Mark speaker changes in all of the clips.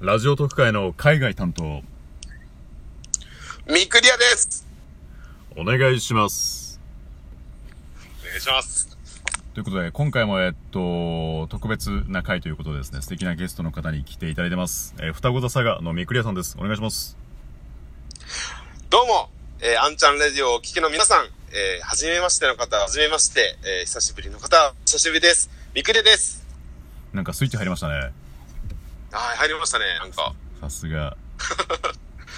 Speaker 1: ラジオ特会の海外担当、
Speaker 2: ミクリアです。
Speaker 1: お願いします。
Speaker 2: お願いします。
Speaker 1: ということで、今回も、えっと、特別な回ということでですね、素敵なゲストの方に来ていただいてます。えー双子座サガのミクリアさんです。お願いします。
Speaker 2: どうも、えー、あんちゃんレディオをお聞きの皆さん、えー、はじめましての方、はじめまして、えー、久しぶりの方、久しぶりです。ミクリアです。
Speaker 1: なんかスイッチ入りましたね。
Speaker 2: はい、入りましたね。なんか、
Speaker 1: さすが。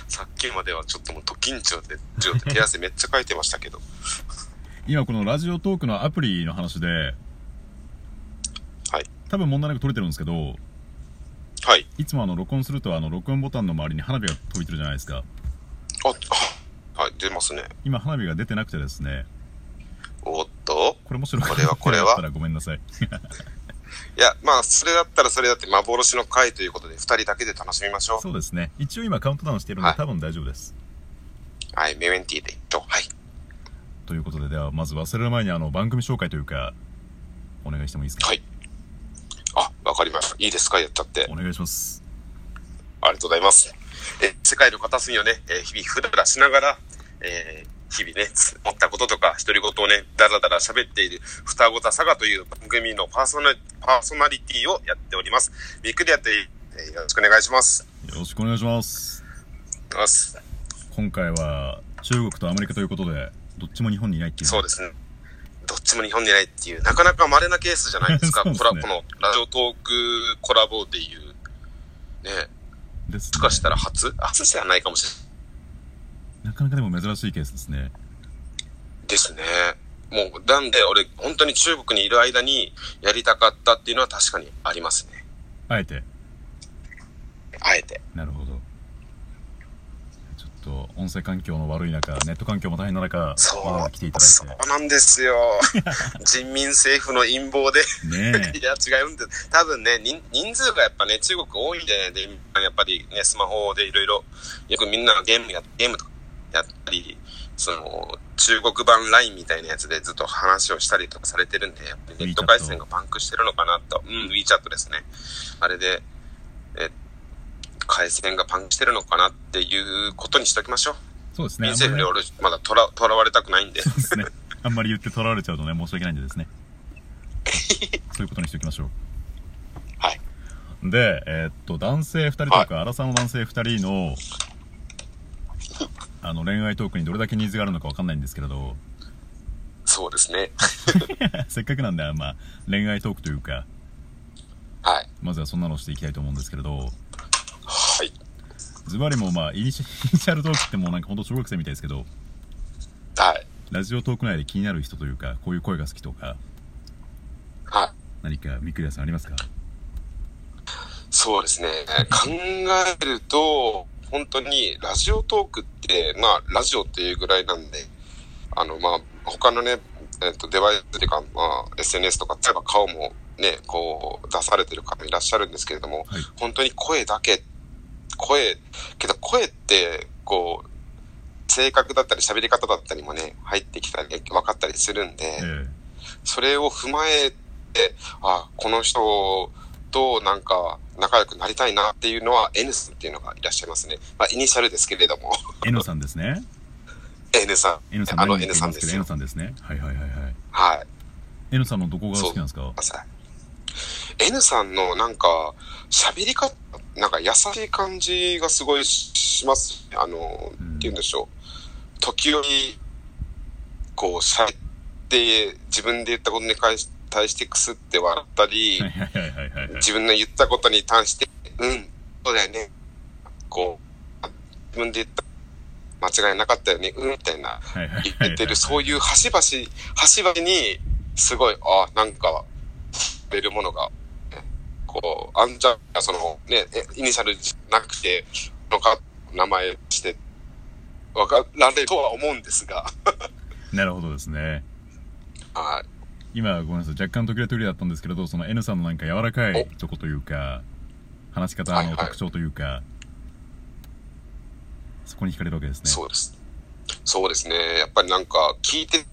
Speaker 2: さっきまではちょっともうド緊張で、ちょっと手汗めっ ちゃかいてましたけど。
Speaker 1: 今このラジオトークのアプリの話で、
Speaker 2: はい。
Speaker 1: 多分問題なく撮れてるんですけど、
Speaker 2: はい。
Speaker 1: いつもあの、録音するとあの、録音ボタンの周りに花火が飛びてるじゃないですか。
Speaker 2: あ、あはい、出ますね。
Speaker 1: 今花火が出てなくてですね、
Speaker 2: おっと。
Speaker 1: これもしろ
Speaker 2: これはこれは
Speaker 1: ったらごめんなさい。
Speaker 2: いや、まあ、それだったらそれだって幻の回ということで、二人だけで楽しみましょう。
Speaker 1: そうですね。一応今カウントダウンしてるんで、
Speaker 2: はい
Speaker 1: 多分大丈夫です。
Speaker 2: はい、メメンティーで一等。はい。
Speaker 1: ということで、ではまず忘れる前にあの番組紹介というか、お願いしてもいいですか、
Speaker 2: はい。あ、わかりました。いいですかやっちゃって。
Speaker 1: お願いします。
Speaker 2: ありがとうございます。え、世界の片隅をね、えー日々ふらふらしながら、えー日々ね、つ思ったこととか、独り言をね、だらだら喋っている、双子座サガという番組のパーソナパーソナリティをやっております。ミクリアという、えーよろしくお願いします。
Speaker 1: よろしくお願いします。
Speaker 2: ます
Speaker 1: 今回は中国とアメリカということで、どっちも日本にいないっていう。
Speaker 2: そうですね。どっちも日本にないっていう、なかなか稀なケースじゃないですか。
Speaker 1: そうです
Speaker 2: コ
Speaker 1: ね
Speaker 2: ラボのラジオトークコラボでいう、ね、
Speaker 1: ですね
Speaker 2: つかしたら初初じゃないかもしれない。
Speaker 1: なかなかでも珍しいケースですね。
Speaker 2: ですね。もう、なんで俺、本当に中国にいる間にやりたかったっていうのは確かにありますね。
Speaker 1: あえて。
Speaker 2: あえて。
Speaker 1: なるほど。ちょっと音声環境の悪い中、ネット環境も大変な中、
Speaker 2: そう
Speaker 1: わざわざ来ていただ
Speaker 2: そう
Speaker 1: い
Speaker 2: なんで すよ。人民政府の陰謀で。
Speaker 1: て。ねえ。
Speaker 2: いや、違うんです。多分ね、人人数がやっぱね、中国多いんでね、でやっぱりね、スマホでいろいろ、よくみんながゲームや、ゲームとかやったり、その、中国版 LINE みたいなやつでずっと話をしたりとかされてるんで、やっぱりネット
Speaker 1: WeChat
Speaker 2: 回線がパンクしてるのかなと。うん、WeChat ですね。あれで、え、回線がパンクしてるのかなっていうことにしときましょう。
Speaker 1: そうですね。あ
Speaker 2: 民政
Speaker 1: ん
Speaker 2: 府
Speaker 1: ま
Speaker 2: に
Speaker 1: り
Speaker 2: 俺、まだとら、とらわれたくないん で。
Speaker 1: そうですね。あんまり言って取られちゃうとね、申し訳ないんでですね。そういうことにしておきましょう。
Speaker 2: はい。
Speaker 1: で、えーっと、男性2人とか、荒さの男性2人の、あの、恋愛トークにどれだけニーズがあるのかわかんないんですけれど、
Speaker 2: そうですね。
Speaker 1: せっかくなんで、まあ、恋愛トークというか、
Speaker 2: はい。
Speaker 1: まずはそんなのをしていきたいと思うんですけれど、
Speaker 2: はい。
Speaker 1: ズバリもうまあ、イニシイニシャル トークってもうなんかほんと小学生みたいですけど、
Speaker 2: はい。
Speaker 1: ラジオトーク内で気になる人というか、こういう声が好きとか、
Speaker 2: はい。
Speaker 1: 何かミクリアさんありますか
Speaker 2: そうですね。考えると、本当にラジオトークって、まあ、ラジオっていうぐらいなんで、あの、まあ、他のね、えっと、デバイスっていうか、まあ、SNS とか、例えば顔もね、こう、出されてる方いらっしゃるんですけれども、
Speaker 1: はい
Speaker 2: 本当に声だけ、声、けど声って、こう、性格だったり喋り方だったりもね、入ってきたり、分かったりするんで、
Speaker 1: え
Speaker 2: それを踏まえて、あ、この人となんか仲良くなりたいなっていうのは N さんっていうのがいらっしゃいますね。まあ、イニシャルですけれども、
Speaker 1: え N さんですね。
Speaker 2: N さ
Speaker 1: N さん
Speaker 2: あの
Speaker 1: 何人かいますけど
Speaker 2: N
Speaker 1: N さんですね。はいはいはいはい。
Speaker 2: ん。はい。
Speaker 1: N さんのどこが好きなんですか
Speaker 2: まさ N さんのなんか喋り方、なんか優しい感じがすごいしますね。あの、
Speaker 1: うん
Speaker 2: っていうんでしょう。時折、こう喋って、自分で言ったことに対し対してくすって笑った り、
Speaker 1: はいはいはいはいはいはい。
Speaker 2: 自分の言ったことに対して、うん、そうだよね。こう、あ自分で言った、間違いなかったよね、うん、みたい
Speaker 1: は
Speaker 2: な、
Speaker 1: いはいはい
Speaker 2: 言ってる、そういう端々、端々に、すごい、あなんか、出るものが、こう、あんちゃんが、その、ね、えイニシャルじゃなくて、のか、名前して、わかられるとは思うんですが、
Speaker 1: なるほどですね。
Speaker 2: はい。
Speaker 1: 今、ごめんなさい。若干途切れ途切れだったんですけれど、その N さんのなんか柔らかいとこというか、話し方
Speaker 2: はいは
Speaker 1: の
Speaker 2: い
Speaker 1: 特徴というか、そこに惹かれるわけですね。
Speaker 2: そうです。そうですね。やっぱりなんか聞いて、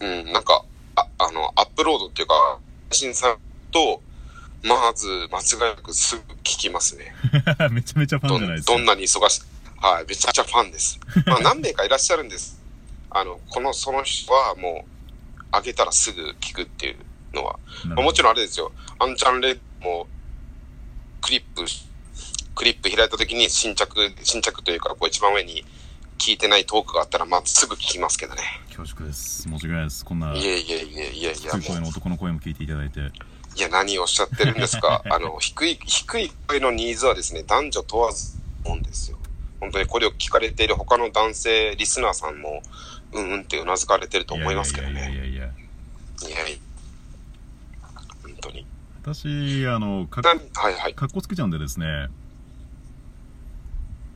Speaker 2: うん、なんか、ああの、アップロードっていうか、配信さんと、まず、間違いなくすぐ聞きますね。
Speaker 1: めちゃめちゃファン
Speaker 2: ど
Speaker 1: じゃない
Speaker 2: ん
Speaker 1: ですか
Speaker 2: どんなに忙しい。はい、めちゃくちゃファン です。まあ、何名かいらっしゃるんです。あの、この、その人はもう、あげたらすぐ聞くっていうのは。
Speaker 1: な
Speaker 2: ま
Speaker 1: る
Speaker 2: あ
Speaker 1: ほ
Speaker 2: も
Speaker 1: ど
Speaker 2: ちろんあれですよ。アンチャンレッドも、クリップ、クリップ開いた時に新着、新着というか、こう一番上に聞いてないトークがあったら、まあ、すぐ聞きますけどね。
Speaker 1: 恐縮です申し訳ないですこんない
Speaker 2: えいえいえいえいや、
Speaker 1: 低い声の
Speaker 2: もう
Speaker 1: 男の声も聞いていただいて
Speaker 2: いや、何をおっしゃってるんです か。あの、低い、低い声のニーズはですね、男女問わずもんですよ。本当にこれを聞かれている他の男性リスナーさんも、うんうんってうなずかれてると思いますけど
Speaker 1: いやい
Speaker 2: ね。
Speaker 1: やいやいや
Speaker 2: いやいや。本当に。
Speaker 1: 私あのか
Speaker 2: なはいはい。
Speaker 1: かっこつけちゃうんでですね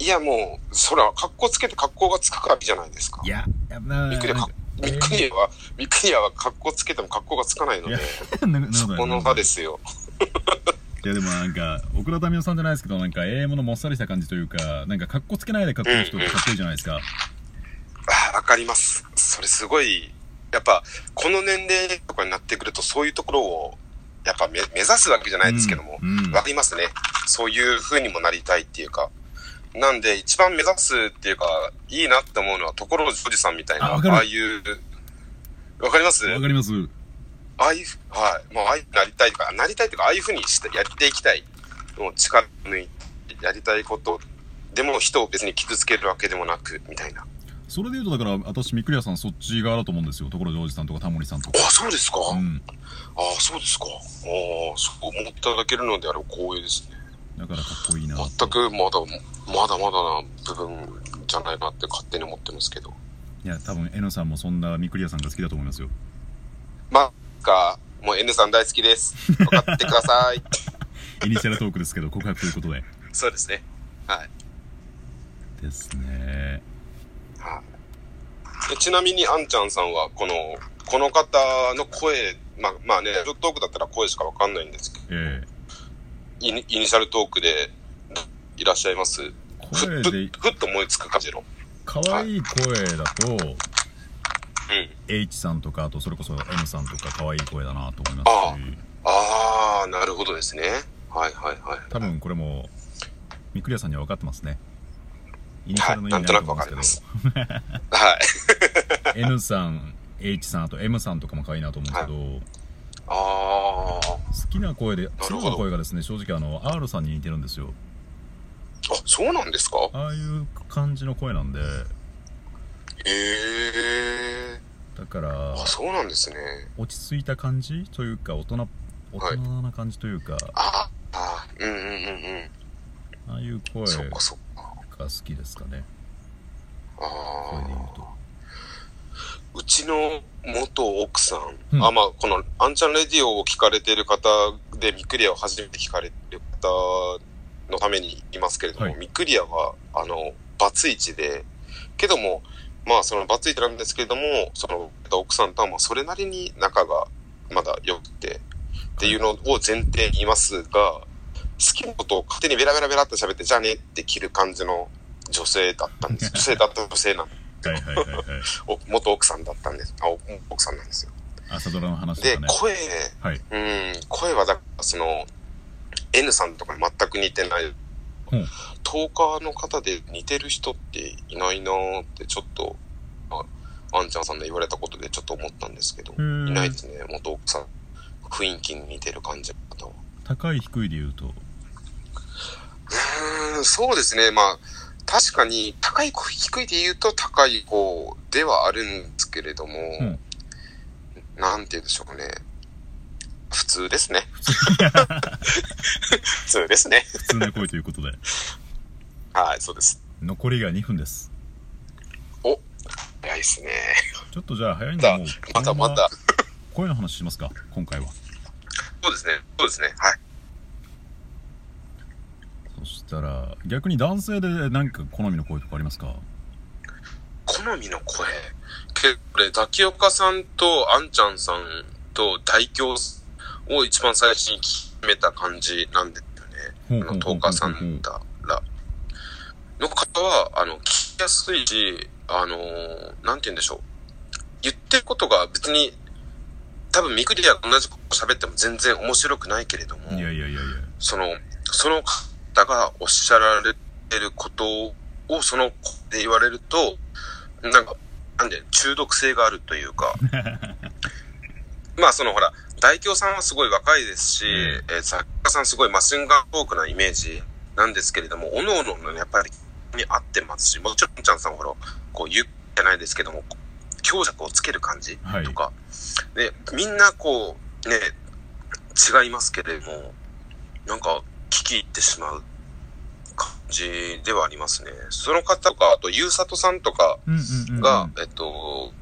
Speaker 2: いや、もう、そら、格好つけて格好がつくからいいじゃないですか。
Speaker 1: いややばな
Speaker 2: びっくりはか、びっくりは、びっくりは格好つけても格好がつかないの
Speaker 1: い
Speaker 2: で
Speaker 1: や、ななるほど
Speaker 2: そこの場ですよ。
Speaker 1: いやでもなんか奥田民生さんじゃないですけどなんか AM のもっさりした感じというかなんかかっこつけないでかっこいい人かっこいいじゃないですか
Speaker 2: あーわかります。それすごい、やっぱ、この年齢とかになってくると、そういうところを、やっぱめ目指すわけじゃないですけども
Speaker 1: う、んうん
Speaker 2: わかりますね。そういう風にもなりたいっていうか。なんで、一番目指すっていうか、いいなって思うのは、ところジョージさんみたいな、
Speaker 1: あわ
Speaker 2: あ
Speaker 1: かる
Speaker 2: あいう、わかります
Speaker 1: わかります
Speaker 2: ああいうふ、はい。もう、ああいうふうになりたいとか、なりたいとか、ああいうふうにして、やっていきたい。もう、力抜いて、やりたいこと。でも、人を別に傷つけるわけでもなく、みたいな。
Speaker 1: それで言うとだから私ミクリアさんそっち側だと思うんですよところジョージさんとかタモリさんとか
Speaker 2: あ、そうですか。
Speaker 1: うん
Speaker 2: ああ、そうですか。ああ、そう思っていただけるのであれば光栄ですね。
Speaker 1: だからかっこいいなと
Speaker 2: 全くまだ、まだまだな部分じゃないなって勝手に思ってますけど。
Speaker 1: いや多分 N さんもそんなミクリアさんが好きだと思いますよ
Speaker 2: まあ、か、もう N さん大好きです。分かってください。
Speaker 1: イニシャルトークですけど告白ということで
Speaker 2: そうですね。はい。
Speaker 1: ですね
Speaker 2: はい。えちなみに、あんちゃんさんは、この、この方の声、まあ、まあね、ラジオトークだったら声しかわかんないんですけど、
Speaker 1: ええ
Speaker 2: イニイニシャルトークでいらっしゃいますふっ
Speaker 1: 声
Speaker 2: と、
Speaker 1: で
Speaker 2: ふっと思いつく感じの。
Speaker 1: 可愛い声だと
Speaker 2: うん。
Speaker 1: H さんとかあとそれこそ M さんとか可愛い声だなと思いま
Speaker 2: あ
Speaker 1: すし
Speaker 2: ああ、なるほどですね。はいはいはい。
Speaker 1: 多分これもミクリアさんには分かってますねイニシャ
Speaker 2: は
Speaker 1: ル
Speaker 2: い、
Speaker 1: の意
Speaker 2: な
Speaker 1: 味
Speaker 2: ん
Speaker 1: に
Speaker 2: と
Speaker 1: な
Speaker 2: な
Speaker 1: る
Speaker 2: く
Speaker 1: と
Speaker 2: わ
Speaker 1: 思う
Speaker 2: か
Speaker 1: ん
Speaker 2: り
Speaker 1: で
Speaker 2: ますす
Speaker 1: け。
Speaker 2: はい。
Speaker 1: ど N さん H さんあと M さんとかも可愛いなと思うんですけど、
Speaker 2: ああ。
Speaker 1: 好きな声で
Speaker 2: ほど
Speaker 1: 好きな声がですね正直あの R さんに似てるんですよ
Speaker 2: あ、そうなんですか
Speaker 1: ああいう感じの声なんで
Speaker 2: へえ。
Speaker 1: だから
Speaker 2: あ、そうなんですね。
Speaker 1: 落ち着いた感じというか大人大人な感じというか、
Speaker 2: ああ、うんうんうんうん。
Speaker 1: ああいう声
Speaker 2: そっ
Speaker 1: が
Speaker 2: かそっか。
Speaker 1: 好きですかね声
Speaker 2: あ
Speaker 1: で言う
Speaker 2: あ。
Speaker 1: と
Speaker 2: うちの元奥さん、
Speaker 1: うん
Speaker 2: あ、まあ、この、アンちゃんレディオを聞かれてる方で、ミクリアを初めて聞かれてる方のために言いますけれども、
Speaker 1: はい
Speaker 2: ミクリアは、あの、バツイチで、けども、まあ、そのバツイチなんですけれども、その、奥さんとは、まあ、それなりに仲がまだ良くて、っていうのを前提に言いますが、好きなことを勝手にベラベラベラって喋って、じゃあねって切る感じの女性だったん です。女性だった女性なんで
Speaker 1: はいはいはいはい
Speaker 2: お元奥さんだったんです。あ、お奥さんなんですよ。
Speaker 1: 朝ドラの話
Speaker 2: で、
Speaker 1: とかね
Speaker 2: 声、
Speaker 1: はい
Speaker 2: うん、声はだから、その、N さんとかに全く似てない。
Speaker 1: うん
Speaker 2: トーカーの方で似てる人っていないなーって、ちょっと、あ、あんちゃんさんの言われたことでちょっと思ったんですけど、
Speaker 1: うん
Speaker 2: いないですね、元奥さん。雰囲気に似てる感じの方は。
Speaker 1: 高い低いで言うと
Speaker 2: うーん、そうですね。まあ、確かに、高い子、低いで言うと高い子ではあるんですけれども、
Speaker 1: うん
Speaker 2: なんて言うんでしょうね。普通で すね。普通ですね。
Speaker 1: 普通な声ということで
Speaker 2: はい、そうです。
Speaker 1: 残りが2分です
Speaker 2: 早いですね。
Speaker 1: ちょっとじゃあ早いんで
Speaker 2: ま
Speaker 1: もう
Speaker 2: た、また、また。
Speaker 1: 声の話しますか今回は
Speaker 2: そうですね。そうですね。はい。
Speaker 1: そしたら逆に男性でなんか好みの声とかありますか
Speaker 2: 好みの声。けこれ、滝岡さんとあんちゃんさんと大京を一番最初に決めた感じなんですよね。
Speaker 1: ほう
Speaker 2: あの、トーカーさんだら、の方は、あの、聞きやすいし、あのーなんて言うんでしょう。言ってることが別に、多分、ミクリア同じこと喋っても全然面白くないけれども、
Speaker 1: いやいやいやいや。
Speaker 2: その、その方がおっしゃられてることを、その子で言われると、なんか、なんで、中毒性があるというか、まあ、そのほら、大京さんはすごい若いですし、
Speaker 1: う
Speaker 2: えー作家さんすごいマシンガントークなイメージなんですけれども、おのおののやっぱりに合ってますし、もちろんちゃんさんほら、こう、言うじゃないですけども、強弱をつける感じ
Speaker 1: はい
Speaker 2: と。か、で、みんなこう、ね、違いますけれども、なんか、聞き入ってしまう感じではありますね。その方とか、あと、ゆうさとさんとか
Speaker 1: うんうんうんうん。
Speaker 2: が、えっと、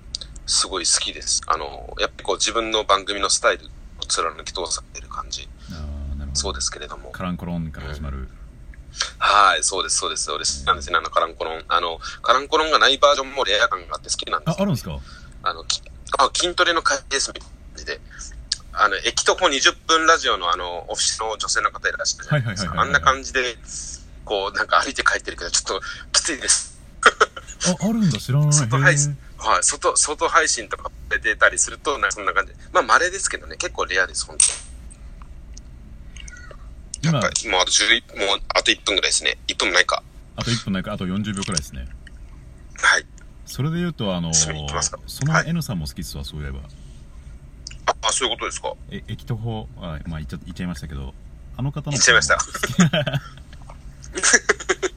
Speaker 2: すごい好きです。あの、やっぱりこう自分の番組のスタイルを貫き通されてる感じ、
Speaker 1: あーなるほ
Speaker 2: そ
Speaker 1: ど。
Speaker 2: うですけれども。
Speaker 1: カランコロンから始まる。
Speaker 2: はい、そうです、そうです、そうです。なんですね、あの、カランコロン。あの、カランコロンがないバージョンもレア感があって好きなんです
Speaker 1: あ、あるんですか
Speaker 2: あの、きあ筋トレの会ですみたいな感じで、あの、駅徒歩20分ラジオのあの、オフィスの女性の方いらっしゃるじゃないです
Speaker 1: はい
Speaker 2: か。
Speaker 1: は
Speaker 2: あ
Speaker 1: い
Speaker 2: ん
Speaker 1: はいはいはい
Speaker 2: な感じで、こう、なんか歩いて帰ってるけど、ちょっときついです。
Speaker 1: あ、あるんだ、知らない。
Speaker 2: 外配信
Speaker 1: へ
Speaker 2: はい、外、外配信とか出てたりすると、なんかそんな感じで。まあ、稀ですけどね、結構レアです、本
Speaker 1: ー
Speaker 2: 当に。や
Speaker 1: 今
Speaker 2: っぱ、り、もうあと11、もうあと1分ぐらいですね。1分もないか。
Speaker 1: あと1分ないか、あと40秒くらいですね。
Speaker 2: はい。
Speaker 1: それで言うと、あの、
Speaker 2: 締めに行きますか
Speaker 1: その
Speaker 2: はい
Speaker 1: N さんも好きっすわ、そういえば。
Speaker 2: あ、あそういうことですか。
Speaker 1: え、駅徒歩、あまあ、言っちゃ言っちゃいましたけど、あの方の。
Speaker 2: 言っちゃいました。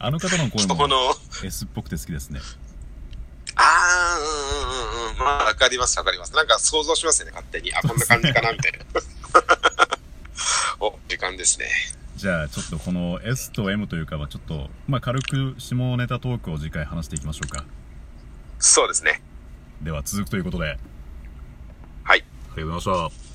Speaker 1: あの方の声
Speaker 2: そこ
Speaker 1: も
Speaker 2: の、
Speaker 1: S っぽくて好きですね。
Speaker 2: あー、うんうんうんうん。まあ、わかります、わかります。なんか想像しますよね、勝手に。あ、こんな感じかな、みたいな。お、時間ですね。
Speaker 1: じゃあ、ちょっとこの S と M というかは、ちょっと、まあ、軽く下ネタトークを次回話していきましょうか。
Speaker 2: そうですね。
Speaker 1: では、続くということで。はい。あり
Speaker 2: はい。
Speaker 1: がとうございました。